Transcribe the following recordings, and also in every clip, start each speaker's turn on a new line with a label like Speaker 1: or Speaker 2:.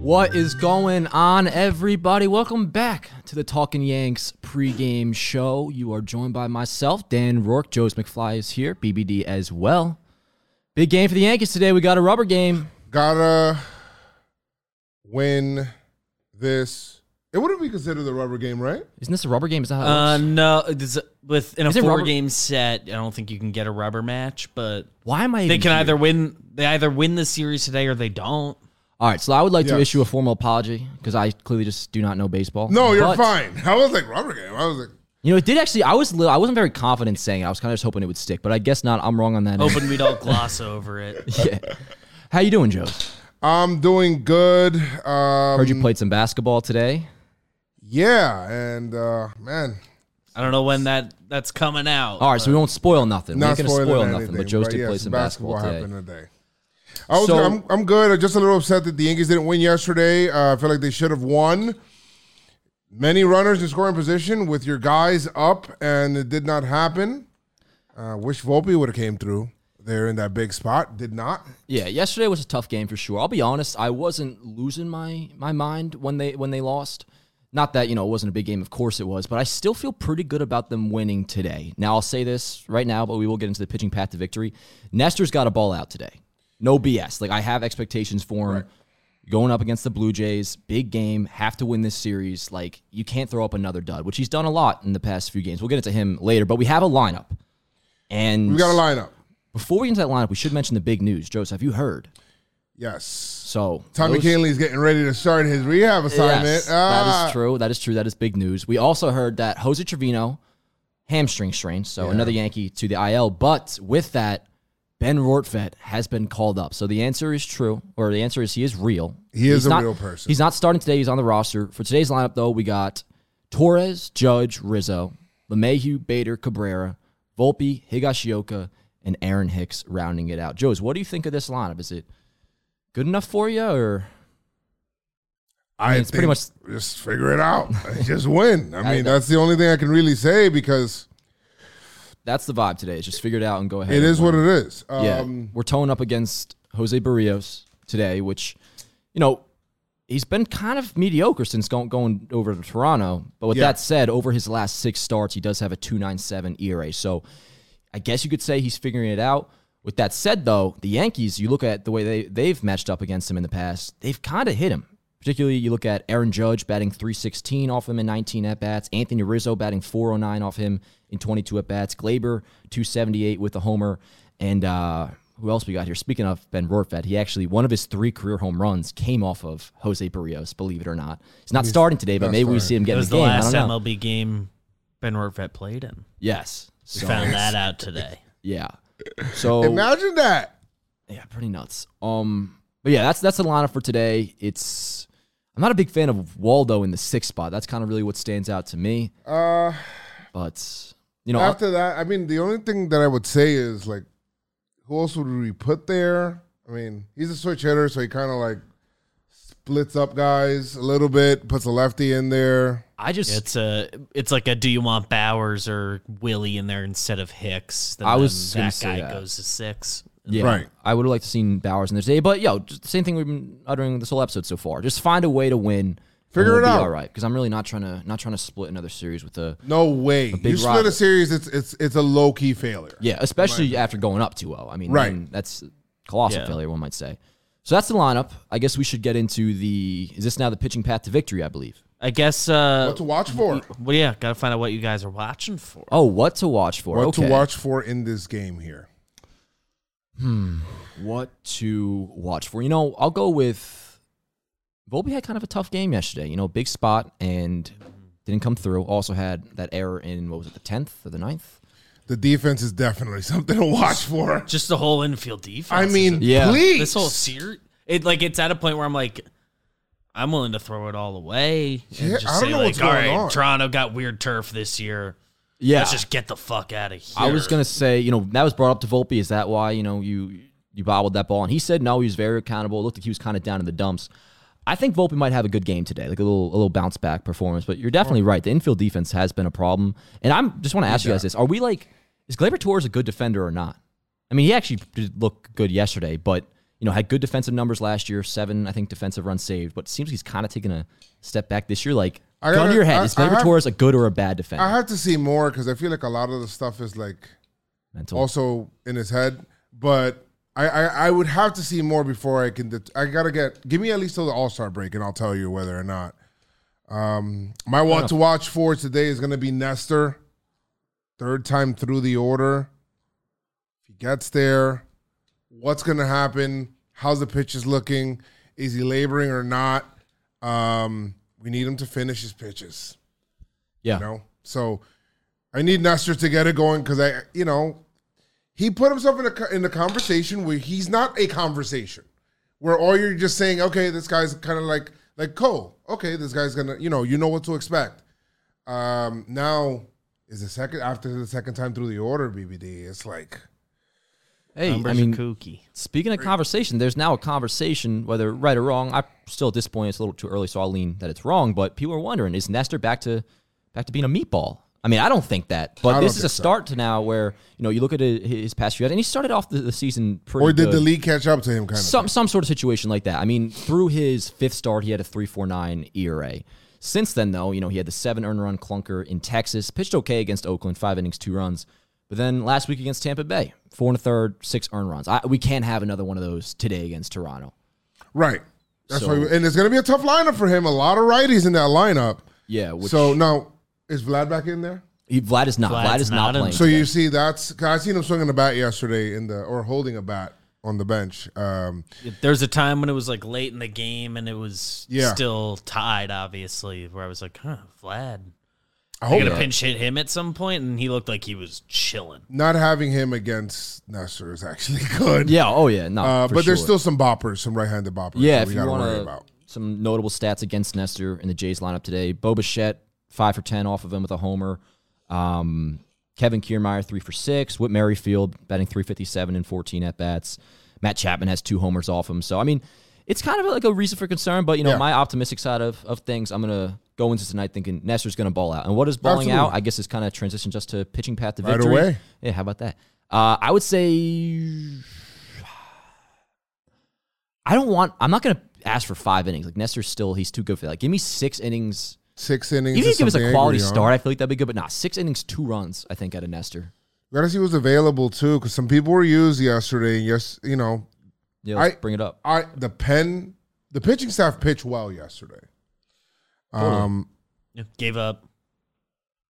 Speaker 1: What is going on, everybody? Welcome back to the Talking Yanks pregame show. You are joined by myself, Dan Rourke. Joe's McFly is here, BBD as well. Big game for the Yankees today. We got a rubber game.
Speaker 2: Gotta win this. It wouldn't be considered the rubber game, right?
Speaker 1: Isn't this a rubber game? Is that how it
Speaker 3: Uh,
Speaker 1: works?
Speaker 3: no, it's, with in a
Speaker 1: Is it
Speaker 3: four
Speaker 1: rubber-
Speaker 3: game set, I don't think you can get a rubber match, but
Speaker 1: Why am I?
Speaker 3: they
Speaker 1: even
Speaker 3: can
Speaker 1: here?
Speaker 3: either win they either win the series today or they don't.
Speaker 1: All right, so I would like to
Speaker 2: Yes.
Speaker 1: issue a formal apology because I clearly just do not know baseball.
Speaker 2: No, you're
Speaker 1: But,
Speaker 2: fine. I was like rubber game. I was like,
Speaker 1: You know, it did actually. I was. li- I wasn't very confident saying it. I was kind of just hoping it would stick, but I guess not. I'm wrong on that. end.
Speaker 3: Hoping we'd all gloss over it.
Speaker 1: yeah. How you doing, Joe?
Speaker 2: I'm doing good. Um,
Speaker 1: Heard you played some basketball today.
Speaker 2: Yeah, and uh, man,
Speaker 3: I don't know when that that's coming out.
Speaker 1: All right, so we won't spoil nothing. We're
Speaker 2: not
Speaker 1: not going to
Speaker 2: spoiling
Speaker 1: spoil
Speaker 2: anything.
Speaker 1: nothing, but Joe's did
Speaker 2: yes,
Speaker 1: play some basketball, today.
Speaker 2: happened today. I was,
Speaker 1: So-
Speaker 2: I'm, I'm good. I'm just a little upset that the Yankees didn't win yesterday. Uh, I feel like they should have won. Many runners in scoring position with your guys up, and it did not happen. Uh, wish Volpe would have came through there in that big spot. Did not.
Speaker 1: Yeah, yesterday was a tough game for sure. I'll be honest, I wasn't losing my my mind when they when they lost. Not that, you know, it wasn't a big game, of course it was, but I still feel pretty good about them winning today. Now, I'll say this right now, but we will get into the pitching path to victory. Nestor's got a ball out today. No BS. Like I have expectations for him. Going up against the Blue Jays, big game, have to win this series. Like you can't throw up another dud, which he's done a lot in the past few games. We'll get into him later, but we have a lineup. And
Speaker 2: We got a lineup.
Speaker 1: before we get into that lineup, we should mention the big news. Joseph, have you heard?
Speaker 2: Yes.
Speaker 1: So
Speaker 2: Tommy
Speaker 1: those-
Speaker 2: Canley's getting ready to start his rehab assignment.
Speaker 1: Yes, that
Speaker 2: Ah.
Speaker 1: is true. That is true. That is big news. We also heard that Jose Trevino hamstring strain, so another Yankee to the IL. But with that, Ben Rortvet has been called up. So the answer is true, or the answer is he is real.
Speaker 2: He is
Speaker 1: He's
Speaker 2: a
Speaker 1: not-
Speaker 2: real person.
Speaker 1: He's not starting today. He's on the roster for today's lineup. Though we got Torres, Judge, Rizzo, Lemayhew, Bader, Cabrera, Volpe, Higashioka, and Aaron Hicks rounding it out. Joe's, what do you think of this lineup? Is it good enough for you, or
Speaker 2: I
Speaker 1: mean, it's pretty
Speaker 2: think just figure it out. just win. I mean,
Speaker 1: know.
Speaker 2: that's the only thing I can really say because
Speaker 1: that's the vibe today? It's just figure it out and go ahead.
Speaker 2: it
Speaker 1: and
Speaker 2: is
Speaker 1: win.
Speaker 2: what it is. Um,
Speaker 1: Yeah, we're towing up against Jose Barrios today, which, you know, he's been kind of mediocre since going, going over to Toronto. But with
Speaker 2: Yeah.
Speaker 1: that said, over his last six starts, he does have a 297 ERA. E So I guess you could say he's figuring it out. With that said, though, the Yankees, you look at the way they, they've matched up against him in the past, they've kind of hit him. Particularly, you look at Aaron Judge batting 316 off him in 19 at bats, Anthony Rizzo batting 409 off him in 22 at bats, Glaber 278 with a homer, and uh, who else we got here? Speaking of Ben Rortvedt, he actually, one of his three career home runs came off of Jose Barrios, believe it or not. He's not starting today, but maybe we see him
Speaker 3: it
Speaker 1: get in
Speaker 3: was
Speaker 1: the
Speaker 3: the
Speaker 1: game. I
Speaker 3: last
Speaker 1: don't know.
Speaker 3: MLB game Ben Rortvedt played in.
Speaker 1: Yes.
Speaker 3: We
Speaker 1: So,
Speaker 3: found that out today.
Speaker 1: yeah. So
Speaker 2: Imagine that.
Speaker 1: Yeah, pretty nuts. Um, but yeah, that's that's the lineup for today. It's I'm not a big fan of Waldo in the sixth spot. That's kind of really what stands out to me.
Speaker 2: Uh,
Speaker 1: But you know,
Speaker 2: after that, I mean, the only thing that I would say is like, who else would we put there? I mean, he's a switch hitter, so he kind of like splits up guys a little bit, puts a lefty in there.
Speaker 1: I just
Speaker 3: It's a it's like a do you want Bowers or Willie in there instead of Hicks? Then
Speaker 1: I was
Speaker 3: then
Speaker 1: gonna
Speaker 3: that
Speaker 1: say
Speaker 3: guy
Speaker 1: that.
Speaker 3: goes to six.
Speaker 1: yeah,
Speaker 2: Right.
Speaker 1: I would have liked to seen Bowers in there today, but yo, just the same thing we've been uttering this whole episode so far. Just find a way to win.
Speaker 2: Figure it out.
Speaker 1: All right, because I'm really not trying to not trying to split another series with the
Speaker 2: No way.
Speaker 1: big
Speaker 2: You split
Speaker 1: rival.
Speaker 2: a series, it's it's it's a low key failure.
Speaker 1: Yeah, especially after going up 2-0. I mean,
Speaker 2: Right.
Speaker 1: then that's colossal
Speaker 3: Yeah.
Speaker 1: failure, one might say. So that's the lineup. I guess we should get into the. Is this now the pitching path to victory? I believe.
Speaker 3: I guess uh
Speaker 2: What to watch for?
Speaker 3: well yeah, gotta find out what you guys are watching for.
Speaker 1: Oh, what to watch for?
Speaker 2: What
Speaker 1: okay.
Speaker 2: to watch for in this game here?
Speaker 1: What to watch for? You know, I'll go with. Volpe had kind of a tough game yesterday. You know, big spot and didn't come through. Also had that error in what was it, the tenth or the 9th?
Speaker 2: The defense is definitely something to watch for.
Speaker 3: Just the whole infield defense.
Speaker 2: I
Speaker 3: is
Speaker 2: mean,
Speaker 1: Yeah.
Speaker 2: please.
Speaker 3: this whole series, it like it's at a point where I'm like, I'm willing to throw it all away. And
Speaker 2: Yeah,
Speaker 3: just
Speaker 2: I don't
Speaker 3: say
Speaker 2: know
Speaker 3: like,
Speaker 2: what's
Speaker 3: all
Speaker 2: going
Speaker 3: right,
Speaker 2: on."
Speaker 3: Toronto got weird turf this year.
Speaker 1: Yeah,
Speaker 3: Let's just get the fuck out of here.
Speaker 1: I was gonna say, you know, that was brought up to Volpe. Is that why you know you you bobbled that ball? And he said no. He was very accountable. It looked like he was kind of down in the dumps. I think Volpe might have a good game today, like a little a little bounce back performance. But you're definitely right. The infield defense has been a problem. And I'm just want to ask you guys this: Are we like is Glaber Torres a good defender or not? I mean, he actually did look good yesterday, but you know had good defensive numbers last year, seven I think defensive runs saved. But it seems he's kind of taking a step back this year. Like,
Speaker 2: I
Speaker 1: gun
Speaker 2: gotta-
Speaker 1: to your head:
Speaker 2: I-
Speaker 1: Is
Speaker 2: I
Speaker 1: Glaber
Speaker 2: have-
Speaker 1: Torres a good or a bad defender?
Speaker 2: I have to see more because I feel like a lot of the stuff is like
Speaker 1: Mental.
Speaker 2: also in his head, but I, I, I would have to see more before I can. Det- I gotta get give me at least till the All Star break, and I'll tell you whether or not. Um, my want to watch for today is gonna be Nestor, third time through the order. If he gets there, what's gonna happen? How's the pitches looking? Is he laboring or not? Um, we need him to finish his pitches.
Speaker 1: yeah.
Speaker 2: You know, so I need Nestor to get it going because I, you know, he put himself in a co- in a conversation where he's not a conversation, where all you're just saying, okay, this guy's kind of like like Cole. Okay, this guy's gonna, you know, you know what to expect. Um, now is the second after the second time through the order, BBD. It's like
Speaker 1: Hey,
Speaker 3: Numbers
Speaker 1: I mean,
Speaker 3: are kooky.
Speaker 1: Speaking of conversation, there's now a conversation, whether right or wrong. I'm still disappointed it's a little too early, so I'll lean that it's wrong. But people are wondering, is Nestor back to back to being a meatball? I mean, I don't think that, but
Speaker 2: don't
Speaker 1: this is a
Speaker 2: think so.
Speaker 1: start to now where you know you look at his- his past few, and he started off the, the season pretty.
Speaker 2: or did
Speaker 1: good
Speaker 2: the league catch up to him? Kind of.
Speaker 1: some some sort of situation like that. I mean, through his fifth start, he had a three four nine ERA. Since then, though, you know he had the seven earned run clunker in Texas, pitched okay against Oakland, five innings, two runs. But then last week against Tampa Bay, four and a third, six earned runs. I, we can't have another one of those today against Toronto.
Speaker 2: Right. That's
Speaker 1: So-
Speaker 2: why, and it's gonna be a tough lineup for him. A lot of righties in that lineup.
Speaker 1: Yeah. Which,
Speaker 2: So now is Vlad back in there?
Speaker 1: he, Vlad is not.
Speaker 3: Vlad's
Speaker 1: Vlad is not,
Speaker 3: not in.
Speaker 1: playing.
Speaker 2: So you see, that's 'cause I seen him swinging a bat yesterday in the or holding a bat on the bench. Um,
Speaker 3: There's a time when it was like late in the game and it was
Speaker 2: Yeah.
Speaker 3: still tied, obviously, where I was like, huh, Vlad.
Speaker 2: I
Speaker 3: They're
Speaker 2: hope
Speaker 3: going
Speaker 2: not.
Speaker 3: to pinch hit him at some point, and he looked like he was chilling.
Speaker 2: not having him against Nestor is actually good.
Speaker 1: yeah. Oh yeah. No.
Speaker 2: uh,
Speaker 1: for
Speaker 2: but there's
Speaker 1: sure.
Speaker 2: still some boppers, some right-handed boppers.
Speaker 1: Yeah,
Speaker 2: that
Speaker 1: if
Speaker 2: we
Speaker 1: you
Speaker 2: gotta worry
Speaker 1: want to
Speaker 2: about.
Speaker 1: some notable stats against Nestor in the Jays lineup today. Bo Bichette, five for ten off of him with a homer. Um, Kevin Kiermaier, three for six. Whit Merrifield batting three fifty seven and fourteen at bats. Matt Chapman has two homers off him. So I mean, it's kind of like a reason for concern. But you know,
Speaker 2: Yeah.
Speaker 1: my optimistic side of, of things, I'm gonna go into tonight thinking Nestor's gonna ball out. And what is balling
Speaker 2: Absolutely.
Speaker 1: out? I guess is kind of transition just to pitching path to
Speaker 2: Right
Speaker 1: victory.
Speaker 2: away.
Speaker 1: Yeah, how about that? Uh, I would say I don't want. I'm not gonna ask for five innings. Like Nestor's still, he's too good for that. Like, give me six innings.
Speaker 2: Six innings.
Speaker 1: Even
Speaker 2: is
Speaker 1: if you give us
Speaker 2: something
Speaker 1: a quality
Speaker 2: angry on.
Speaker 1: start, I feel like that'd be good. But nah, six innings, two runs. I think out of Nestor.
Speaker 2: We gotta see what's available too, because some people were used yesterday. and Yes, you know,
Speaker 1: Yeah, let's
Speaker 2: I-
Speaker 1: bring it up.
Speaker 2: I the pen, the pitching staff pitched well yesterday. Um,
Speaker 3: Gave up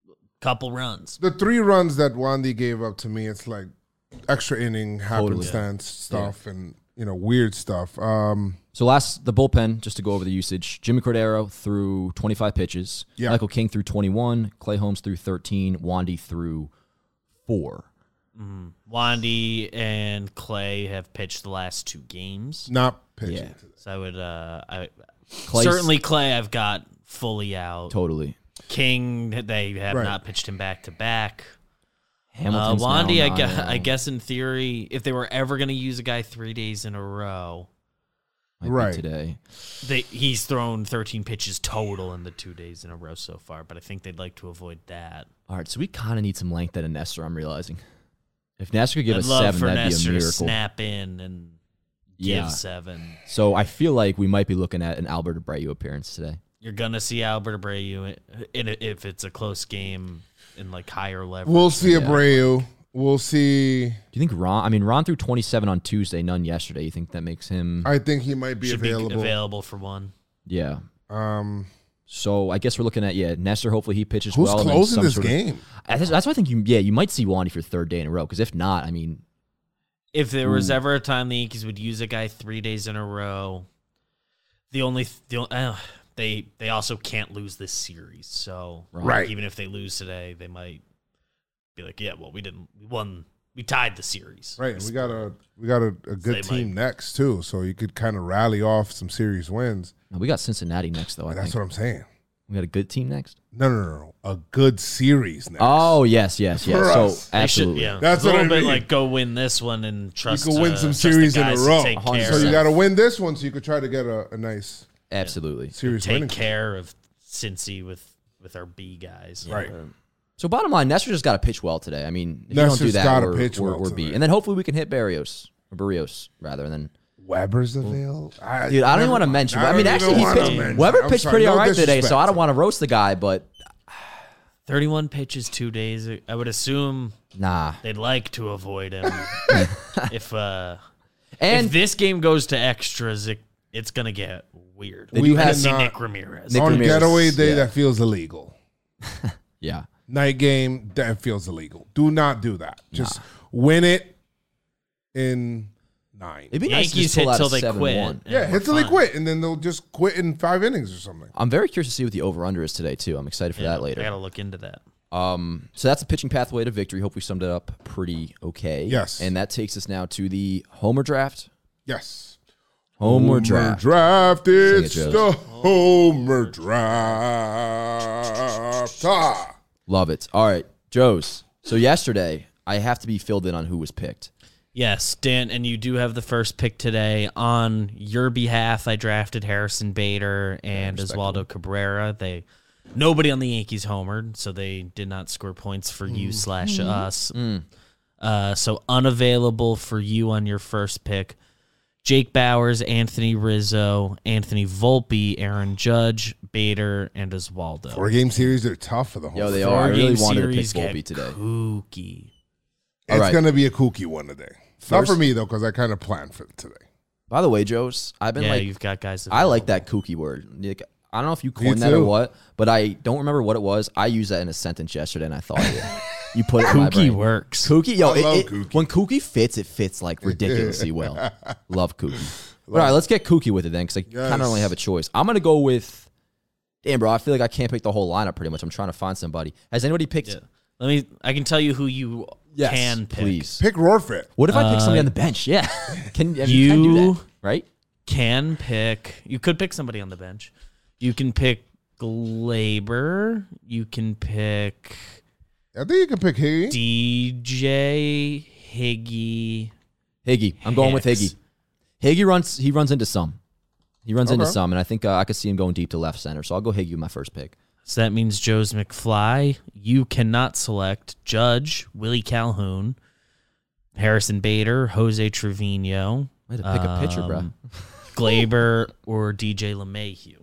Speaker 3: a couple runs.
Speaker 2: the three runs that Wandy gave up to me, it's like extra inning happenstance stuff and you know weird stuff. Um,
Speaker 1: So last the bullpen, just to go over the usage. Jimmy Cordero threw 25 pitches.
Speaker 2: Yeah.
Speaker 1: Michael King threw 21. Clay Holmes threw 13. Wandy threw four.
Speaker 3: Wandy and Clay have pitched the last two games.
Speaker 2: not pitching.
Speaker 1: Yeah.
Speaker 3: So I would, uh, I
Speaker 1: Clay's-
Speaker 3: certainly Clay, I've got fully out.
Speaker 1: Totally.
Speaker 3: King, they have
Speaker 2: Right.
Speaker 3: not pitched him back to back. Uh,
Speaker 1: Hamilton's now
Speaker 3: Wandy, I
Speaker 1: nine
Speaker 3: guess,
Speaker 1: and-
Speaker 3: I guess in theory, if they were ever going to use a guy three days in a row,
Speaker 1: might be
Speaker 2: Right.
Speaker 1: today.
Speaker 3: they, he's thrown 13 pitches total in the two days in a row so far. But I think they'd like to avoid that.
Speaker 1: All right, so we kind of need some length out of Nestor. I'm realizing. If Nestor could give
Speaker 3: I'd
Speaker 1: us
Speaker 3: love
Speaker 1: seven,
Speaker 3: for
Speaker 1: that'd
Speaker 3: Nestor
Speaker 1: be a
Speaker 3: to
Speaker 1: miracle.
Speaker 3: snap in and
Speaker 1: yeah.
Speaker 3: give seven.
Speaker 1: So I feel like we might be looking at an Albert Abreu appearance today.
Speaker 3: You're gonna see Albert Abreu in, in if it's a close game in like higher level.
Speaker 2: We'll see Abreu. We'll see.
Speaker 1: Do you think Ron? I mean, Ron threw 27 on Tuesday, none yesterday. You think that makes him?
Speaker 2: I think he might be
Speaker 3: should be
Speaker 2: available.
Speaker 3: available for one.
Speaker 1: Yeah.
Speaker 2: Um,
Speaker 1: So I guess we're looking at yeah, Nestor. Hopefully he pitches
Speaker 2: who's
Speaker 1: well. and then
Speaker 2: closing
Speaker 1: some
Speaker 2: this
Speaker 1: sort of-
Speaker 2: game?
Speaker 1: I- that's, that's why I think you yeah you might see Wandy for third day in a row because if not, I mean
Speaker 3: If there was ever a time the Yankees would use a guy three days in a row, the only th- the only, uh, they they also can't lose this series. So
Speaker 1: Right.
Speaker 3: even if they lose today, they might be like, yeah, well, we didn't we won we tied the series.
Speaker 2: Right, and we got a we got a, a good
Speaker 3: They
Speaker 2: team next too, so you could kind of rally off some series wins.
Speaker 1: Now, we got Cincinnati next, though. I
Speaker 2: That's
Speaker 1: think
Speaker 2: what I'm saying.
Speaker 1: we got a good team next.
Speaker 2: No, no, no, no. a good series next.
Speaker 1: Oh yes, yes, yes.
Speaker 2: For
Speaker 1: so
Speaker 2: us.
Speaker 3: They should-
Speaker 1: absolutely,
Speaker 3: yeah.
Speaker 2: That's
Speaker 3: It's a
Speaker 2: what
Speaker 3: little
Speaker 2: I
Speaker 3: bit
Speaker 2: mean.
Speaker 3: like go win this one and trust.
Speaker 2: you could win
Speaker 3: uh,
Speaker 2: some
Speaker 3: trust the
Speaker 2: series in a
Speaker 3: guys to
Speaker 2: row.
Speaker 3: Take
Speaker 2: So
Speaker 3: care,
Speaker 2: you
Speaker 1: percent.
Speaker 2: got to win this one, so you could try to get a, a nice
Speaker 1: absolutely.
Speaker 2: series
Speaker 3: take
Speaker 2: winning.
Speaker 3: care of Cincy with with our B guys.
Speaker 2: Right.
Speaker 1: So bottom line, Nestor just got to pitch well today. I mean, if you don't do
Speaker 2: Nestor's
Speaker 1: that,
Speaker 2: gotta
Speaker 1: we're,
Speaker 2: pitch
Speaker 1: we're,
Speaker 2: well
Speaker 1: we're beat.
Speaker 2: today.
Speaker 1: And then hopefully we can hit Barrios or Barrios rather. And then
Speaker 2: Weber's available. I,
Speaker 1: dude, I don't even
Speaker 2: never
Speaker 1: want to
Speaker 2: mind.
Speaker 1: mention. I
Speaker 2: don't
Speaker 1: mean,
Speaker 2: even
Speaker 1: actually, he
Speaker 2: wanna
Speaker 1: pitched,
Speaker 2: mention.
Speaker 1: Weber
Speaker 2: I'm
Speaker 1: pitched
Speaker 2: sorry.
Speaker 1: pretty
Speaker 2: No
Speaker 1: all right today,
Speaker 2: disrespect.
Speaker 1: so I don't want to roast the guy, but
Speaker 3: Thirty one pitches, two days. I would assume
Speaker 1: nah.
Speaker 3: they'd like to avoid him. if uh,
Speaker 1: And
Speaker 3: if this game goes to extras, it, it's gonna get weird.
Speaker 1: They do
Speaker 3: I
Speaker 1: have-
Speaker 3: see
Speaker 2: cannot-
Speaker 3: Nick Ramirez.
Speaker 1: Nick-
Speaker 2: on
Speaker 1: Ramirez,
Speaker 2: getaway day
Speaker 1: yeah.
Speaker 2: that feels illegal.
Speaker 1: yeah,
Speaker 2: Night game that feels illegal. Do not do that. Just win it in nine.
Speaker 1: it'd be nice
Speaker 3: Yankees
Speaker 1: to just pull
Speaker 3: hit
Speaker 1: out
Speaker 3: till
Speaker 1: a
Speaker 3: they quit.
Speaker 1: seven-one.
Speaker 2: yeah,
Speaker 3: and
Speaker 2: hit till
Speaker 3: we're
Speaker 2: they
Speaker 3: fine.
Speaker 2: quit, and then they'll just quit in five innings or something.
Speaker 1: I'm very curious to see what the over under is today too. I'm excited for
Speaker 3: Yeah,
Speaker 1: that
Speaker 3: I
Speaker 1: later.
Speaker 3: gotta look into that.
Speaker 1: Um, so that's the pitching pathway to victory. Hope we summed it up pretty okay.
Speaker 2: Yes.
Speaker 1: And that takes us now to the homer draft.
Speaker 2: Yes.
Speaker 1: Homer, draft.
Speaker 2: draft.
Speaker 1: it,
Speaker 2: It's
Speaker 1: Joes.
Speaker 2: the Homer draft. Ah.
Speaker 1: Love it. All right, Joe's. So yesterday, I have to be filled in on who was picked.
Speaker 3: Yes, Dan, and you do have the first pick today. On your behalf, I drafted Harrison Bader and Oswaldo Cabrera. They nobody on the Yankees homered, so they did not score points for
Speaker 1: Mm.
Speaker 3: you slash us. Uh, so unavailable for you on your first pick. Jake Bowers, Anthony Rizzo, Anthony Volpe, Aaron Judge, Bader, and Oswaldo.
Speaker 2: Four game series are tough for the Homer.
Speaker 1: Yo, they
Speaker 3: Four
Speaker 1: are. I really
Speaker 3: game
Speaker 1: wanted to pick
Speaker 3: series get
Speaker 1: Volpe today.
Speaker 3: Kooky.
Speaker 2: it's
Speaker 1: All right.
Speaker 2: going to be a kooky one today. Not
Speaker 1: First-
Speaker 2: for me, though, because I kind of planned for today.
Speaker 1: By the way, Joe's, I've been
Speaker 3: Yeah,
Speaker 1: like,
Speaker 3: you've got guys.
Speaker 1: I like that kooky word. Nick, I don't know if you
Speaker 2: Me
Speaker 1: coined that or
Speaker 2: too.
Speaker 1: what, but I don't remember what it was. I used that in a sentence yesterday, and I thought of you. you put it in my
Speaker 3: Kooky
Speaker 1: brain.
Speaker 3: works.
Speaker 1: Kooky, yo,
Speaker 2: I
Speaker 1: it-
Speaker 2: love
Speaker 1: it-
Speaker 2: kooky.
Speaker 1: when kooky fits, it fits like ridiculously well. Love kooky. But all right, let's get kooky with it then, because I kind
Speaker 2: Yes.
Speaker 1: of only have a choice. I'm gonna go with. Damn, bro, I feel like I can't pick the whole lineup. Pretty much, I'm trying to find somebody. Has anybody picked?
Speaker 3: Let me. I can tell you who you
Speaker 1: Yes,
Speaker 3: can pick.
Speaker 1: please.
Speaker 2: Pick Rorfit.
Speaker 1: What if I pick somebody on the bench? Yeah, can I mean, Uh, you
Speaker 3: You-
Speaker 1: can do that, right?
Speaker 3: Can pick. You could pick somebody on the bench. You can pick Glaber. You can pick
Speaker 2: I think you can pick Higgy.
Speaker 3: DJ Higgy.
Speaker 1: Higgy. I'm going with
Speaker 3: Hicks.
Speaker 1: Higgy. Higgy runs. He runs into some. He runs into
Speaker 2: Okay.
Speaker 1: some, and I think uh, I could see him going deep to left center. So I'll go Higgy with my first pick.
Speaker 3: So that means Joe's McFly. You cannot select Judge Willie Calhoun, Harrison Bader, Jose Trevino,
Speaker 1: I had to pick a pitcher, bro.
Speaker 3: Um, Glaber, or DJ LeMahieu,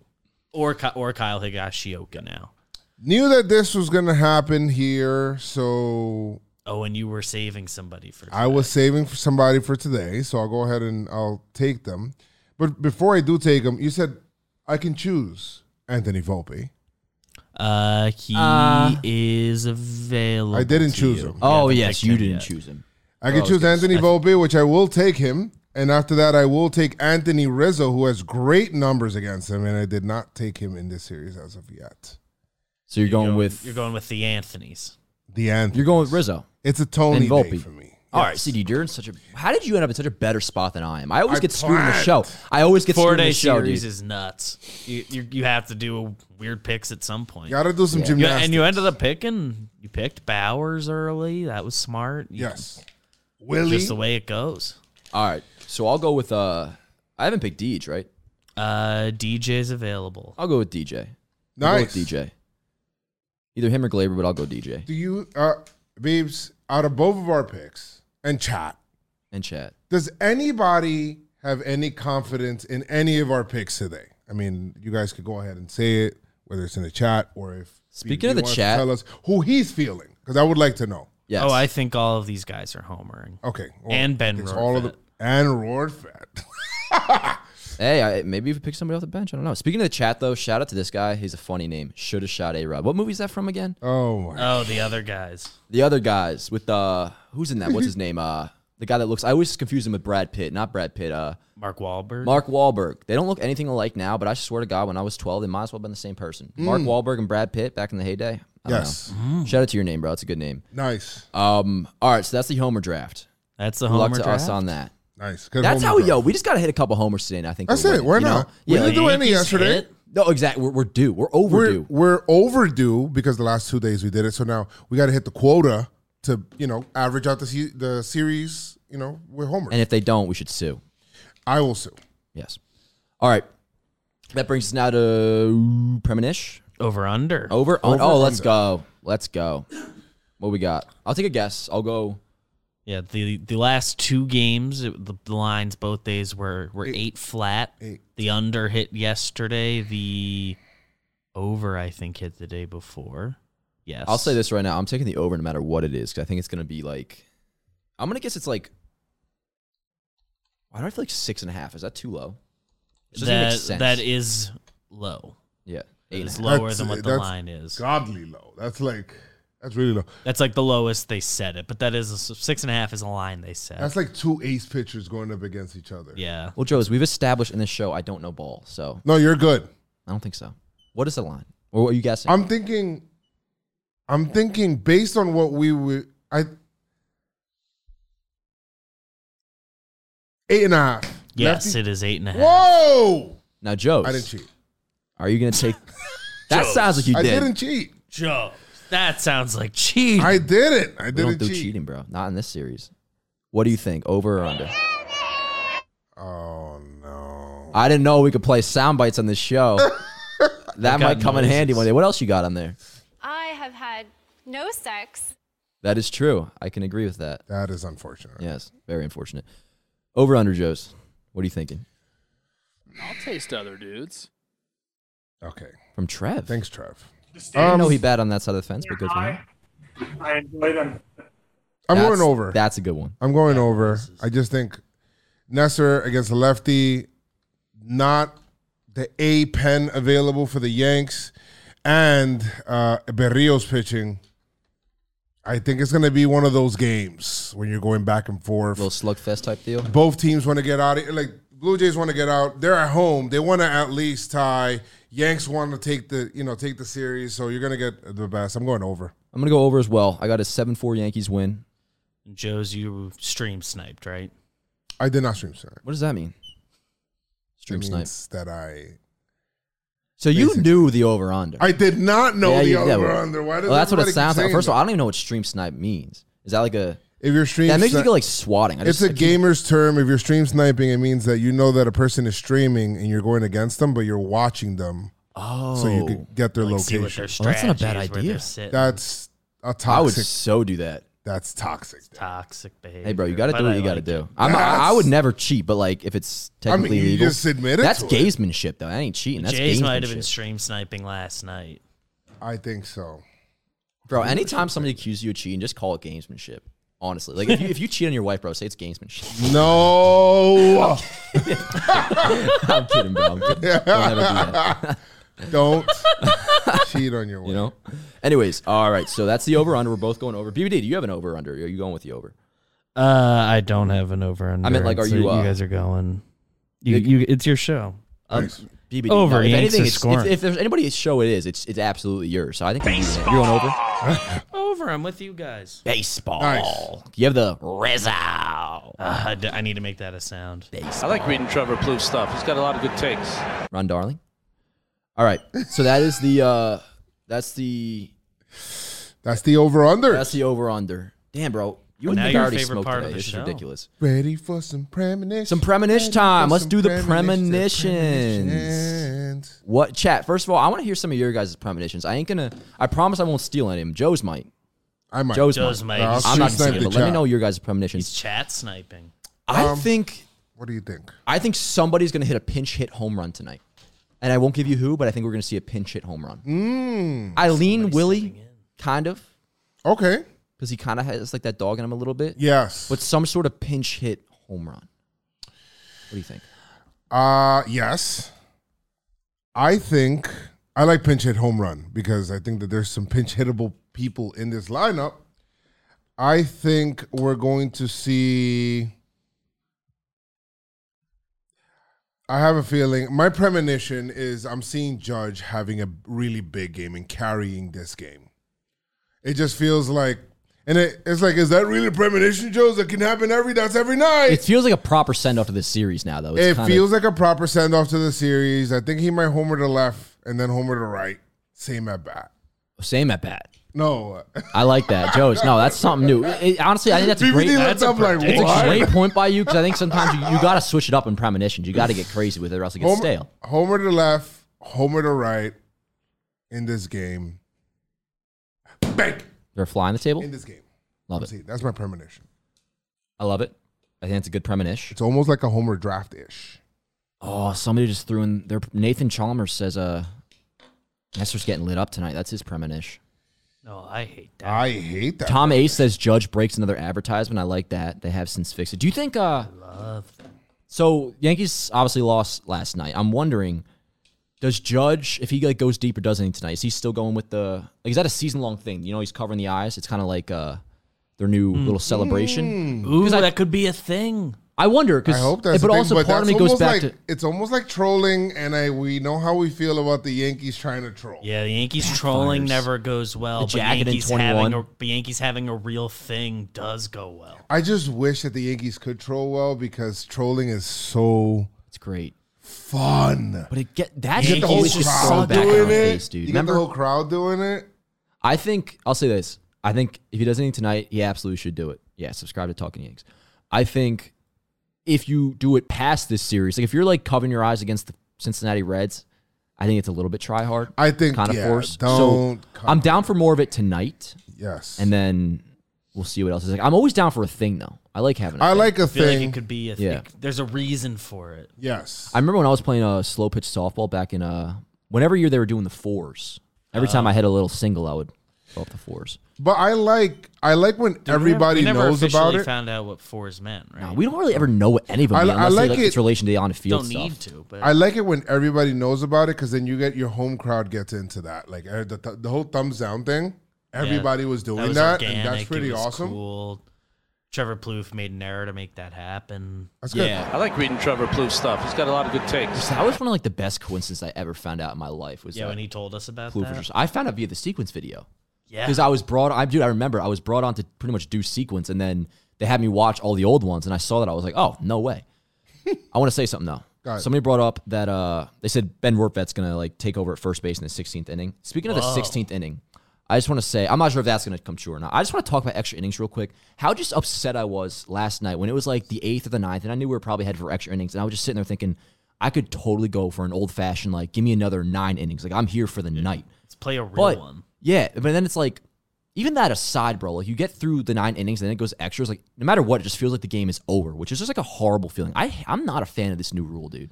Speaker 3: or Ky- or Kyle Higashioka now.
Speaker 2: Knew that this was going to happen here, so
Speaker 3: Oh, and you were saving somebody for.
Speaker 2: I was saving for somebody for today, so I'll go ahead and I'll take them. But before I do take them, you said I can choose Anthony Volpe.
Speaker 3: Uh, he
Speaker 1: Uh,
Speaker 3: is available.
Speaker 2: I didn't
Speaker 3: to
Speaker 2: choose
Speaker 3: you.
Speaker 2: him.
Speaker 3: You
Speaker 1: oh
Speaker 3: haven't
Speaker 1: yes,
Speaker 3: picked
Speaker 1: you
Speaker 3: him
Speaker 1: didn't
Speaker 3: yet.
Speaker 1: choose him.
Speaker 2: I can choose Anthony Volpe, which I will take him. And after that, I will take Anthony Rizzo, who has great numbers against him, and I did not take him in this series as of yet.
Speaker 1: So you're, going, with
Speaker 3: You're going with the Anthonys.
Speaker 2: The end.
Speaker 1: you're going with Rizzo.
Speaker 2: It's a Tony
Speaker 1: And Volpe.
Speaker 2: day for me.
Speaker 1: All right, CD, you're in such a. How did you end up in such a better spot than I am? I always
Speaker 2: I
Speaker 1: get screwed in the
Speaker 2: planned.
Speaker 1: show. I always get
Speaker 3: Four
Speaker 1: screwed in
Speaker 3: day
Speaker 1: the show,
Speaker 3: series
Speaker 1: dude.
Speaker 3: is nuts. You, you you have to do weird picks at some point.
Speaker 2: Got to do some
Speaker 3: You-
Speaker 2: gymnastics.
Speaker 3: and you ended up picking. You picked Bowers early. That was smart. You-
Speaker 2: yes,
Speaker 3: it's
Speaker 2: Willie.
Speaker 3: just the way it goes.
Speaker 1: All right, so I'll go with. uh I haven't picked Deej, right?
Speaker 3: Uh, DJ's available.
Speaker 1: I'll go with DJ. I'll
Speaker 2: nice.
Speaker 1: go with DJ. Either him or Glaber, but I'll go DJ
Speaker 2: Do you, uh, Beebs, out of both of our picks and chat,
Speaker 1: and Chad.
Speaker 2: does anybody have any confidence in any of our picks today? I mean, you guys could go ahead and say it, whether it's in the chat or if
Speaker 1: Speaking
Speaker 2: Beebs
Speaker 1: of the
Speaker 2: wants to
Speaker 1: chat-
Speaker 2: tell us who he's feeling because I would like to know.
Speaker 1: Yes.
Speaker 3: Oh, I think all of these guys are homering.
Speaker 2: Okay, well,
Speaker 3: And Ben
Speaker 2: it's
Speaker 3: Roarfat.
Speaker 2: all of the and Roarfat.
Speaker 1: Hey, I, maybe you pick somebody off the bench. I don't know. Speaking of the chat, though, shout out to this guy. He's a funny name. Should have shot A Rod. What movie is that from again?
Speaker 2: oh my!
Speaker 3: Oh, the other guys.
Speaker 1: The other guys with uh, who's in that? What's his name? Uh, the guy that looks. I always confuse him with Brad Pitt. Not Brad Pitt. Uh,
Speaker 3: Mark Wahlberg.
Speaker 1: Mark Wahlberg. They don't look anything alike now, but I swear to God, when I was twelve, they might as well have been the same person. Mark Wahlberg and Brad Pitt back in the heyday. I don't
Speaker 2: Mm. Yes. Mm.
Speaker 1: know. Shout out to your name, bro. It's a good name.
Speaker 2: Nice.
Speaker 1: Um, all right, so that's the Homer draft.
Speaker 3: That's the
Speaker 1: Good luck
Speaker 3: homer
Speaker 1: to
Speaker 3: draft.
Speaker 1: us on that.
Speaker 2: Nice. Good
Speaker 1: That's
Speaker 2: homer
Speaker 1: how we
Speaker 2: draft.
Speaker 1: yo. We just gotta hit a couple homers today, and I think
Speaker 2: That's
Speaker 1: we'll
Speaker 2: it.
Speaker 1: win
Speaker 2: Why
Speaker 1: you know?
Speaker 2: not? We
Speaker 1: Yeah,
Speaker 2: didn't
Speaker 1: like-
Speaker 2: do any
Speaker 3: Yankees
Speaker 2: yesterday.
Speaker 3: hit.
Speaker 1: no, exactly. We're, we're due. We're overdue.
Speaker 2: We're we're overdue because the last two days we did it. So now we got to hit the quota to you know average out the se- the series. You know with Homer.
Speaker 1: and if they don't, we should sue.
Speaker 2: I will sue.
Speaker 1: Yes. All right. That brings us now to premonish
Speaker 3: Over under.
Speaker 1: over. on-
Speaker 2: Over,
Speaker 1: oh, let's
Speaker 2: under.
Speaker 1: go. Let's go. What we got? I'll take a guess. I'll go.
Speaker 3: Yeah, the the last two games, it, the, the lines both days were were eight, flat.
Speaker 2: Eight.
Speaker 3: The under hit yesterday. The over, I think, hit the day before. Yes,
Speaker 1: I'll say this right now. I'm taking the over no matter what it is because I think it's going to be like. I'm going to guess it's like. Why do I feel like six and a half? Is that too low? It doesn't
Speaker 3: that
Speaker 1: make sense.
Speaker 3: that is low.
Speaker 1: yeah. Eight and a
Speaker 3: It's
Speaker 1: half.
Speaker 3: lower
Speaker 2: That's-
Speaker 3: than what the
Speaker 2: that's
Speaker 3: line is.
Speaker 2: Godly low. That's like that's really low.
Speaker 3: That's like the lowest they set it, but that is a, six and a half is a line they set.
Speaker 2: That's like two ace pitchers going up against each other.
Speaker 3: yeah,
Speaker 1: Well, Joe's, we've established in this show I don't know ball, so
Speaker 2: No, you're good.
Speaker 1: I don't think so. What is the line? Or what are you guessing?
Speaker 2: I'm thinking. I'm thinking based on what we would. I eight and a half.
Speaker 3: yes,
Speaker 2: Lefty?
Speaker 3: it is eight and a half.
Speaker 2: Whoa!
Speaker 1: now, Joe,
Speaker 2: I didn't cheat.
Speaker 1: are you going to take. that sounds like you
Speaker 2: I
Speaker 1: did.
Speaker 2: didn't cheat.
Speaker 3: Joe, that sounds like cheating.
Speaker 2: I did it. I
Speaker 1: We don't
Speaker 2: didn't
Speaker 1: do
Speaker 2: cheat.
Speaker 1: cheating, bro. Not in this series. What do you think? Over or under?
Speaker 2: Oh no!
Speaker 1: I didn't know we could play sound bites on this show. that might
Speaker 3: got
Speaker 1: come in handy
Speaker 3: noises.
Speaker 1: one day. What else you got on there?
Speaker 4: I have had no sex.
Speaker 1: That is true. I can agree with that.
Speaker 2: That is unfortunate.
Speaker 1: Yes, very unfortunate. Over under Joe's. What are you thinking?
Speaker 5: I'll taste other dudes.
Speaker 2: Okay.
Speaker 1: From Trev.
Speaker 2: Thanks, Trev.
Speaker 1: I
Speaker 2: Um,
Speaker 1: know he bad on that side of the fence, but good for him.
Speaker 6: I enjoy them.
Speaker 2: I'm
Speaker 1: That's-
Speaker 2: going over.
Speaker 1: That's a good one.
Speaker 2: I'm going over. I just think Nesser against the lefty, not the A pen available for the Yanks, and uh, Berrios pitching. I think it's going to be one of those games when you're going back and forth.
Speaker 1: little slugfest type deal.
Speaker 2: Both teams want to get out. Of, like Blue Jays want to get out. They're at home. They want to at least tie. Yanks want to take the you know take the series. So you're going to get the best. I'm going over.
Speaker 1: I'm gonna go over as well. I got a seven four Yankees win.
Speaker 3: Joe's, you stream sniped, right?
Speaker 2: I did not stream tonight.
Speaker 1: What does that mean? Stream
Speaker 2: It
Speaker 1: snipe.
Speaker 2: means that I
Speaker 1: So you
Speaker 2: basically-
Speaker 1: knew the over under.
Speaker 2: I did not know
Speaker 1: Yeah,
Speaker 2: the
Speaker 1: you- yeah,
Speaker 2: over
Speaker 1: well-
Speaker 2: under. Why does
Speaker 1: Well, that's what it
Speaker 2: everybody keep
Speaker 1: sounds like.
Speaker 2: saying
Speaker 1: First of
Speaker 2: that?
Speaker 1: all, I don't even know what stream snipe means. Is that like a
Speaker 2: if you're stream,
Speaker 1: that makes me
Speaker 2: sni-
Speaker 1: feel like swatting? I
Speaker 2: it's
Speaker 1: just,
Speaker 2: a
Speaker 1: I keep-
Speaker 2: gamer's term. If you're stream sniping, it means that you know that a person is streaming and you're going against them, but you're watching them
Speaker 1: Oh,
Speaker 2: so you can get their
Speaker 3: Like, see what
Speaker 2: location.
Speaker 3: their
Speaker 1: Well, that's
Speaker 3: strategy
Speaker 1: not a bad
Speaker 3: Where
Speaker 1: idea.
Speaker 3: they're sitting.
Speaker 2: That's a
Speaker 1: I would
Speaker 2: toxic.
Speaker 1: so do that.
Speaker 2: that's toxic.
Speaker 3: toxic behavior.
Speaker 1: Hey, bro, you got to
Speaker 3: But
Speaker 1: do what
Speaker 3: I
Speaker 1: you got to
Speaker 3: like it.
Speaker 1: do. I'm, I, I would never cheat, but like if it's
Speaker 2: I mean,
Speaker 1: technically
Speaker 2: you
Speaker 1: illegal,
Speaker 2: just admitted
Speaker 1: that's
Speaker 2: to it.
Speaker 1: gamesmanship though. That ain't cheating. That's
Speaker 3: Jays
Speaker 1: gamesmanship.
Speaker 3: might have been stream sniping last night.
Speaker 2: I think so.
Speaker 1: bro. Anytime somebody accuses you of cheating, just call it gamesmanship. Honestly, like if you if you cheat on your wife, bro, say it's gamesmanship.
Speaker 2: No,
Speaker 1: I'm kidding, bro. I'm kidding. Don't ever do that.
Speaker 2: don't cheat on your wife.
Speaker 1: You know. Anyways, all right. So that's the over under. We're both going over. BBD, do you have an over under? Are you going with the over?
Speaker 3: Uh, I don't have an over under.
Speaker 1: I meant, like, are
Speaker 3: so
Speaker 1: you, uh,
Speaker 3: you guys are going. You, you, it's your show.
Speaker 2: Nice.
Speaker 1: BBD,
Speaker 3: Over,
Speaker 1: no, if
Speaker 3: Yanks
Speaker 1: anything,
Speaker 3: are
Speaker 1: it's, if,
Speaker 3: scoring.
Speaker 1: if there's anybody's show, it is. It's it's absolutely yours. So I think I'm doing that. you're going over.
Speaker 3: Over. I'm with you guys.
Speaker 1: Baseball.
Speaker 2: Nice.
Speaker 1: You have the Rizzo.
Speaker 3: Uh, I, d- I need to make that a sound.
Speaker 5: I like reading Trevor Plouffe's stuff. He's got a lot of good takes.
Speaker 1: Ron Darling. All right. So that is the uh that's the
Speaker 2: That's the over under.
Speaker 1: that's the over under. Damn, bro. You and
Speaker 3: Now
Speaker 1: Nick
Speaker 3: your
Speaker 1: already
Speaker 3: favorite
Speaker 1: smoked
Speaker 3: part
Speaker 1: today.
Speaker 3: of the
Speaker 1: This is
Speaker 3: show.
Speaker 1: ridiculous.
Speaker 2: Ready for some premonition.
Speaker 1: Some premonition
Speaker 2: Ready
Speaker 1: time.
Speaker 2: for
Speaker 1: Let's
Speaker 2: some
Speaker 1: do the premonitions.
Speaker 2: premonitions. Premonitions.
Speaker 1: What chat? First of all, I want to hear some of your guys' premonitions. I ain't gonna I promise I won't steal any of them. Joe's might.
Speaker 2: I might.
Speaker 1: Joe's,
Speaker 3: Joe's
Speaker 1: might.
Speaker 3: might.
Speaker 2: Nah,
Speaker 3: He's,
Speaker 1: I'm not gonna
Speaker 2: Street snipe
Speaker 1: steal, it,
Speaker 2: the
Speaker 1: but let me
Speaker 2: chat.
Speaker 1: know your guys'
Speaker 3: he's
Speaker 1: premonitions.
Speaker 3: chat sniping.
Speaker 1: I
Speaker 2: Um,
Speaker 1: think
Speaker 2: What do you think?
Speaker 1: I think somebody's gonna hit a pinch hit home run tonight. And I won't give you who, but I think we're gonna see a pinch hit home run.
Speaker 2: Mm.
Speaker 1: I lean Willie, kind of.
Speaker 2: Okay.
Speaker 1: because he kind of has like that dog in him a little bit.
Speaker 2: Yes.
Speaker 1: But some sort of pinch hit home run. What do you think?
Speaker 2: Uh yes. I think I like pinch hit home run because I think that there's some pinch hittable people in this lineup. I think we're going to see. I have a feeling. My premonition is I'm seeing Judge having a really big game and carrying this game. It just feels like, and it, it's like, is that really premonition, Joes? That can happen every. That's every night.
Speaker 1: It feels like a proper send off to this series now, though. It's
Speaker 2: it
Speaker 1: kinda-
Speaker 2: feels like a proper send off to the series. I think he might homer to left and then homer to right. Same at bat.
Speaker 1: same at bat.
Speaker 2: No,
Speaker 1: I like that, Joe's. No, that's something new. It- honestly, I think that's a great.
Speaker 2: PPD looks
Speaker 1: That's a,
Speaker 2: up like
Speaker 1: it's a great
Speaker 2: what?
Speaker 1: point by you because I think sometimes you, you got to switch it up in premonitions. You got to get crazy with it, or else it gets
Speaker 2: Homer,
Speaker 1: stale.
Speaker 2: homer to left, homer to right. In this game, bank.
Speaker 1: They're flying the table.
Speaker 2: In this game,
Speaker 1: Love it.
Speaker 2: see, that's my premonition.
Speaker 1: I love it. I think it's a good premonition.
Speaker 2: It's almost like a homer draft ish.
Speaker 1: Oh, somebody just threw in their Nathan Chalmers says, "Uh, Nestor's getting lit up tonight." That's his premonition.
Speaker 3: No, I hate
Speaker 1: Um,
Speaker 3: that.
Speaker 2: I hate that.
Speaker 1: Tom Ace says Judge breaks another advertisement. I like that. They have since fixed it. Do you think uh So Yankees obviously lost last night. I'm wondering does Judge if he like goes deep or does anything tonight? Is he still going with the like is that a season long thing? You know, he's covering the eyes. It's kind of like uh their new
Speaker 2: Hmm.
Speaker 1: little celebration.
Speaker 3: Ooh, that could be a thing.
Speaker 1: I wonder because
Speaker 2: I hope that's.
Speaker 1: but
Speaker 2: the thing,
Speaker 1: also
Speaker 2: but
Speaker 1: part of
Speaker 2: that's
Speaker 1: me goes
Speaker 2: almost
Speaker 1: back
Speaker 2: like,
Speaker 1: to
Speaker 2: It's almost like trolling, and I we know how we feel about the Yankees trying to troll.
Speaker 3: Yeah, the Yankees trolling never goes well.
Speaker 1: The
Speaker 3: but
Speaker 1: jacket in
Speaker 3: Yankees having a,
Speaker 1: 21.
Speaker 3: but Yankees having a real thing does go well.
Speaker 2: I just wish that the Yankees could troll well because trolling is so
Speaker 1: it's great.
Speaker 2: fun.
Speaker 1: But it get that
Speaker 3: You
Speaker 1: shit
Speaker 3: get the whole
Speaker 1: always just so
Speaker 3: crowd
Speaker 1: back in
Speaker 2: doing
Speaker 1: our
Speaker 2: it.
Speaker 1: face, dude.
Speaker 2: You
Speaker 1: Remember
Speaker 2: get the whole crowd doing it.
Speaker 1: I think I'll say this. I think if he does anything tonight, he absolutely should do it. Yeah, subscribe to Talking Yanks. I think if you do it past this series, like if you're like covering your eyes against the Cincinnati Reds, I think it's a little bit try hard.
Speaker 2: I think
Speaker 1: kind of
Speaker 2: yeah,
Speaker 1: forced.
Speaker 2: Don't.
Speaker 1: so I'm down for more of it tonight,
Speaker 2: yes.
Speaker 1: and then we'll see what else is like. I'm always down for a thing though. I like having. a
Speaker 2: I
Speaker 1: thing.
Speaker 2: like a
Speaker 3: I feel
Speaker 2: thing.
Speaker 3: like it could be a thing.
Speaker 1: Yeah.
Speaker 3: There's a reason for it.
Speaker 2: yes.
Speaker 1: I remember when I was playing a slow pitch softball back in uh whenever year they were doing the fours. Every
Speaker 3: Oh.
Speaker 1: time I hit a little single, I would go up the fours.
Speaker 2: but I like. I like when everybody
Speaker 3: we never
Speaker 2: knows
Speaker 3: officially
Speaker 2: about it.
Speaker 3: Found out what fours meant, right?
Speaker 1: Now, we don't really ever know what any of them
Speaker 2: I-
Speaker 1: mean
Speaker 2: I
Speaker 1: unless
Speaker 2: like
Speaker 1: they, like
Speaker 2: it-
Speaker 1: it's relation to the on field
Speaker 3: don't
Speaker 1: stuff.
Speaker 3: need to, but
Speaker 2: I like it when everybody knows about it because then you get your home crowd gets into that. Like uh, the, th- the whole thumbs down thing. Everybody was doing that,
Speaker 3: was
Speaker 2: and
Speaker 3: organic,
Speaker 2: that's
Speaker 3: it
Speaker 2: pretty
Speaker 3: was
Speaker 2: awesome.
Speaker 3: Cool. Trevor Plouffe made an error to make that happen.
Speaker 2: That's good.
Speaker 1: Yeah.
Speaker 5: I like reading Trevor Plouffe's stuff. He's got a lot of good takes.
Speaker 1: That was one of like the best coincidences I ever found out in my life. Was
Speaker 3: Yeah,
Speaker 1: that
Speaker 3: when he told us about
Speaker 1: Blue
Speaker 3: that.
Speaker 1: Fisher's- I found out via the sequence video
Speaker 3: Yeah,
Speaker 1: because I was brought. I dude, I remember I was brought on to pretty much do sequence, and then they had me watch all the old ones, and I saw that I was like, oh no way. I want to say something
Speaker 2: Got
Speaker 1: though.
Speaker 2: it.
Speaker 1: Somebody brought up that uh they said Ben Werfet's gonna like take over at first base in the 16th inning. Speaking of
Speaker 3: Whoa.
Speaker 1: the 16th inning. I just want to say, I'm not sure if that's going to come true or not. I just want to talk about extra innings real quick. How just upset I was last night when it was like the eighth or the ninth, and I knew we were probably headed for extra innings. And I was just sitting there thinking, I could totally go for an old fashioned, like, give me another nine innings. Like, I'm here for the night.
Speaker 3: let's play a real
Speaker 1: But
Speaker 3: one.
Speaker 1: yeah, but then it's like, even that aside, bro, like you get through the nine innings and then it goes extras. Like no matter what, it just feels like the game is over, which is just like a horrible feeling. I I'm not a fan of this new rule, dude.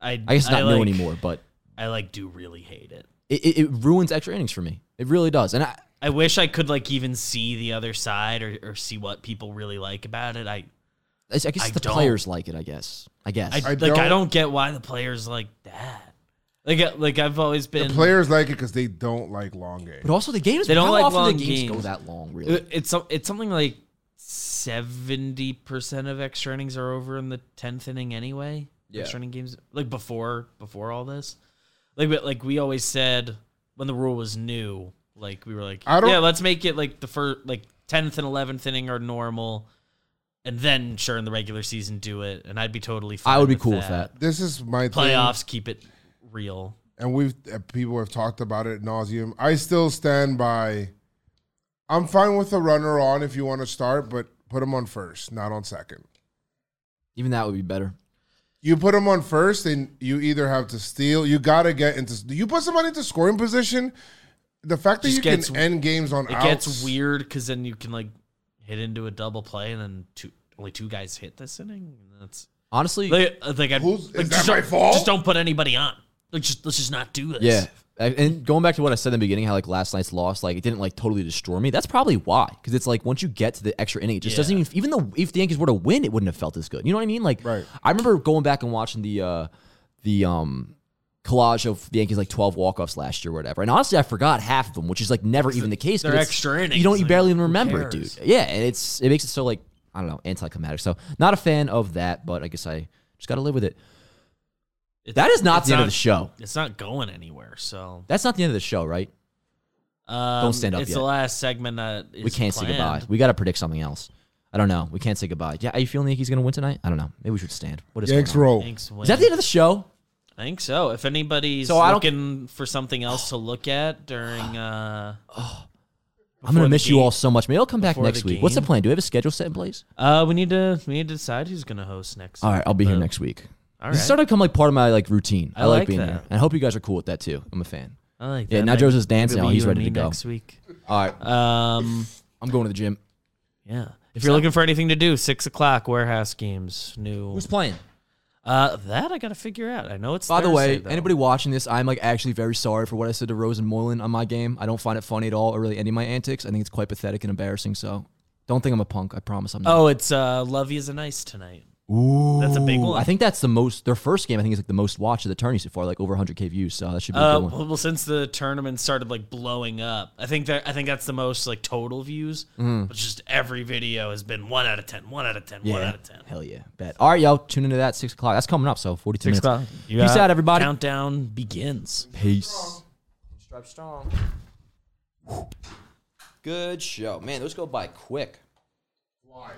Speaker 3: I,
Speaker 1: I guess it's not new
Speaker 3: like-
Speaker 1: anymore, but
Speaker 3: I like do really hate it.
Speaker 1: it, it, it ruins extra innings for me. It really does. And I,
Speaker 3: I wish I could like even see the other side or, or see what people really like about it. I,
Speaker 1: I guess it's
Speaker 3: I
Speaker 1: the
Speaker 3: don't.
Speaker 1: players like it. I guess. I guess.
Speaker 3: I, like
Speaker 2: don't-
Speaker 3: I don't get why the players like that. Like I- like I've always been
Speaker 2: Players like it because they don't like long games.
Speaker 1: but also the games.
Speaker 3: They don't
Speaker 1: how
Speaker 3: like
Speaker 1: often
Speaker 3: long
Speaker 1: do games, go
Speaker 3: games.
Speaker 1: that long, really.
Speaker 3: it- Uh, it's some- it's something like seventy percent of extra innings are over in the tenth inning anyway.
Speaker 1: Yeah.
Speaker 3: Extra inning games like before before all this, like but like we always said when the rule was new, like we were like,
Speaker 2: I don't-
Speaker 3: yeah, let's make it like the first like tenth and eleventh inning are normal, and then sure in the regular season do it, and I'd be totally fine.
Speaker 1: I would be cool with that.
Speaker 2: this is my thing.
Speaker 3: Playoffs keep it real.
Speaker 2: and we've uh, people have talked about it ad nauseum. I still stand by. I'm fine with a runner on if you want to start, but put him on first, not on second.
Speaker 1: Even that would be better.
Speaker 2: You put him on first, and you either have to steal. You gotta get into. You put somebody into scoring position. The fact that
Speaker 3: Just
Speaker 2: you can
Speaker 3: gets-
Speaker 2: end games on
Speaker 3: It
Speaker 2: outs,
Speaker 3: gets weird because then you can like hit into a double play and then two only two guys hit this inning. And that's
Speaker 1: Honestly,
Speaker 3: like, uh, like, I,
Speaker 2: Who's- is
Speaker 3: like,
Speaker 2: that
Speaker 3: just
Speaker 2: my
Speaker 3: don't-
Speaker 2: fault?
Speaker 3: Just don't put anybody on. Like just let's just not do this.
Speaker 1: Yeah. I- And going back to what I said in the beginning, how like last night's loss, like it didn't like totally destroy me. That's probably why, because it's like once you get to the extra inning, it just doesn't even. Even though if the Yankees were to win, it wouldn't have felt as good. You know what I mean? Like,
Speaker 2: Right.
Speaker 1: I remember going back and watching the uh the um collage of the Yankees like twelve walk offs last year or whatever. And honestly, I forgot half of them, which is like never even the case.
Speaker 3: they're
Speaker 1: but it's-
Speaker 3: extra
Speaker 1: You
Speaker 3: innings,
Speaker 1: don't. You
Speaker 3: like,
Speaker 1: barely even
Speaker 3: who
Speaker 1: remember it, dude.
Speaker 3: cares?
Speaker 1: Yeah, and it's it makes it so like I don't know anticlimactic. So not a fan of that, but I guess I just got to live with it.
Speaker 3: It's-
Speaker 1: That is not
Speaker 3: it's
Speaker 1: the end of the show.
Speaker 3: It's not going anywhere. So
Speaker 1: That's not the end of the show, right?
Speaker 3: Um,
Speaker 1: Don't stand up
Speaker 3: It's
Speaker 1: yet.
Speaker 3: the last segment that is
Speaker 1: we can't say goodbye.
Speaker 3: planned.
Speaker 1: We got to predict something else. I don't know. We can't say goodbye. Yeah, are you feeling the Yankees going to win tonight? I don't know. Maybe we should stand. What is
Speaker 2: Yanks
Speaker 1: going on?
Speaker 2: roll.
Speaker 3: Thanks, Wayne.
Speaker 1: Is that the end of the show?
Speaker 3: I think so. If anybody's
Speaker 1: So I don't-
Speaker 3: looking for something else to look at during, uh,
Speaker 1: Oh, I'm going
Speaker 3: the
Speaker 1: to miss you
Speaker 3: game.
Speaker 1: all so much. Maybe I'll come back
Speaker 3: Before
Speaker 1: next
Speaker 3: the
Speaker 1: week. What's the
Speaker 3: game.
Speaker 1: plan? Do we have a schedule set in place?
Speaker 3: uh, we need to we need to decide who's gonna host next.
Speaker 1: All right, I'll be here
Speaker 3: But-
Speaker 1: next week.
Speaker 3: All
Speaker 1: This
Speaker 3: right.
Speaker 1: has started to become like part of my like routine. I,
Speaker 3: I
Speaker 1: like
Speaker 3: like
Speaker 1: being
Speaker 3: that.
Speaker 1: here. And I hope you guys are cool with that too. I'm a fan.
Speaker 3: I like
Speaker 1: Yeah,
Speaker 3: that.
Speaker 1: now
Speaker 3: Maybe-
Speaker 1: Joe's dancing
Speaker 3: maybe
Speaker 1: now. He's
Speaker 3: you and
Speaker 1: ready to
Speaker 3: me
Speaker 1: go.
Speaker 3: Next week.
Speaker 1: All right,
Speaker 3: Um,
Speaker 1: I'm going to the gym.
Speaker 3: yeah. If you're looking for anything to do, six o'clock warehouse games. New.
Speaker 1: Who's playing?
Speaker 3: Uh, that I gotta figure out. I know it's.
Speaker 1: By the way,
Speaker 3: Thursday, though.
Speaker 1: anybody watching this, I'm like actually very sorry for what I said to Rose and Moylan on my game. I don't find it funny at all, or really any of my antics. I think it's quite pathetic and embarrassing. So, don't think I'm a punk. I promise I'm not.
Speaker 3: Oh, it's uh, Love is an ice tonight.
Speaker 1: Ooh,
Speaker 3: that's a big one.
Speaker 1: I think that's the most. Their first game, I think, is like the most watched of the tourney so far, like over 100k views. So that should be a
Speaker 3: Uh,
Speaker 1: good one.
Speaker 3: well, since the tournament started like blowing up, I think that I think that's the most like total views.
Speaker 1: Mm-hmm.
Speaker 3: But just every video has been one out of ten, one out of ten, one out of ten.
Speaker 1: Hell yeah, bet. All right, y'all, tune into that six o'clock. That's coming up. So 42 minutes.
Speaker 3: You
Speaker 1: Peace
Speaker 3: got-
Speaker 1: out, everybody.
Speaker 3: Countdown begins.
Speaker 1: Peace. Stripe strong. Good show, man. Those go by quick.
Speaker 2: Why?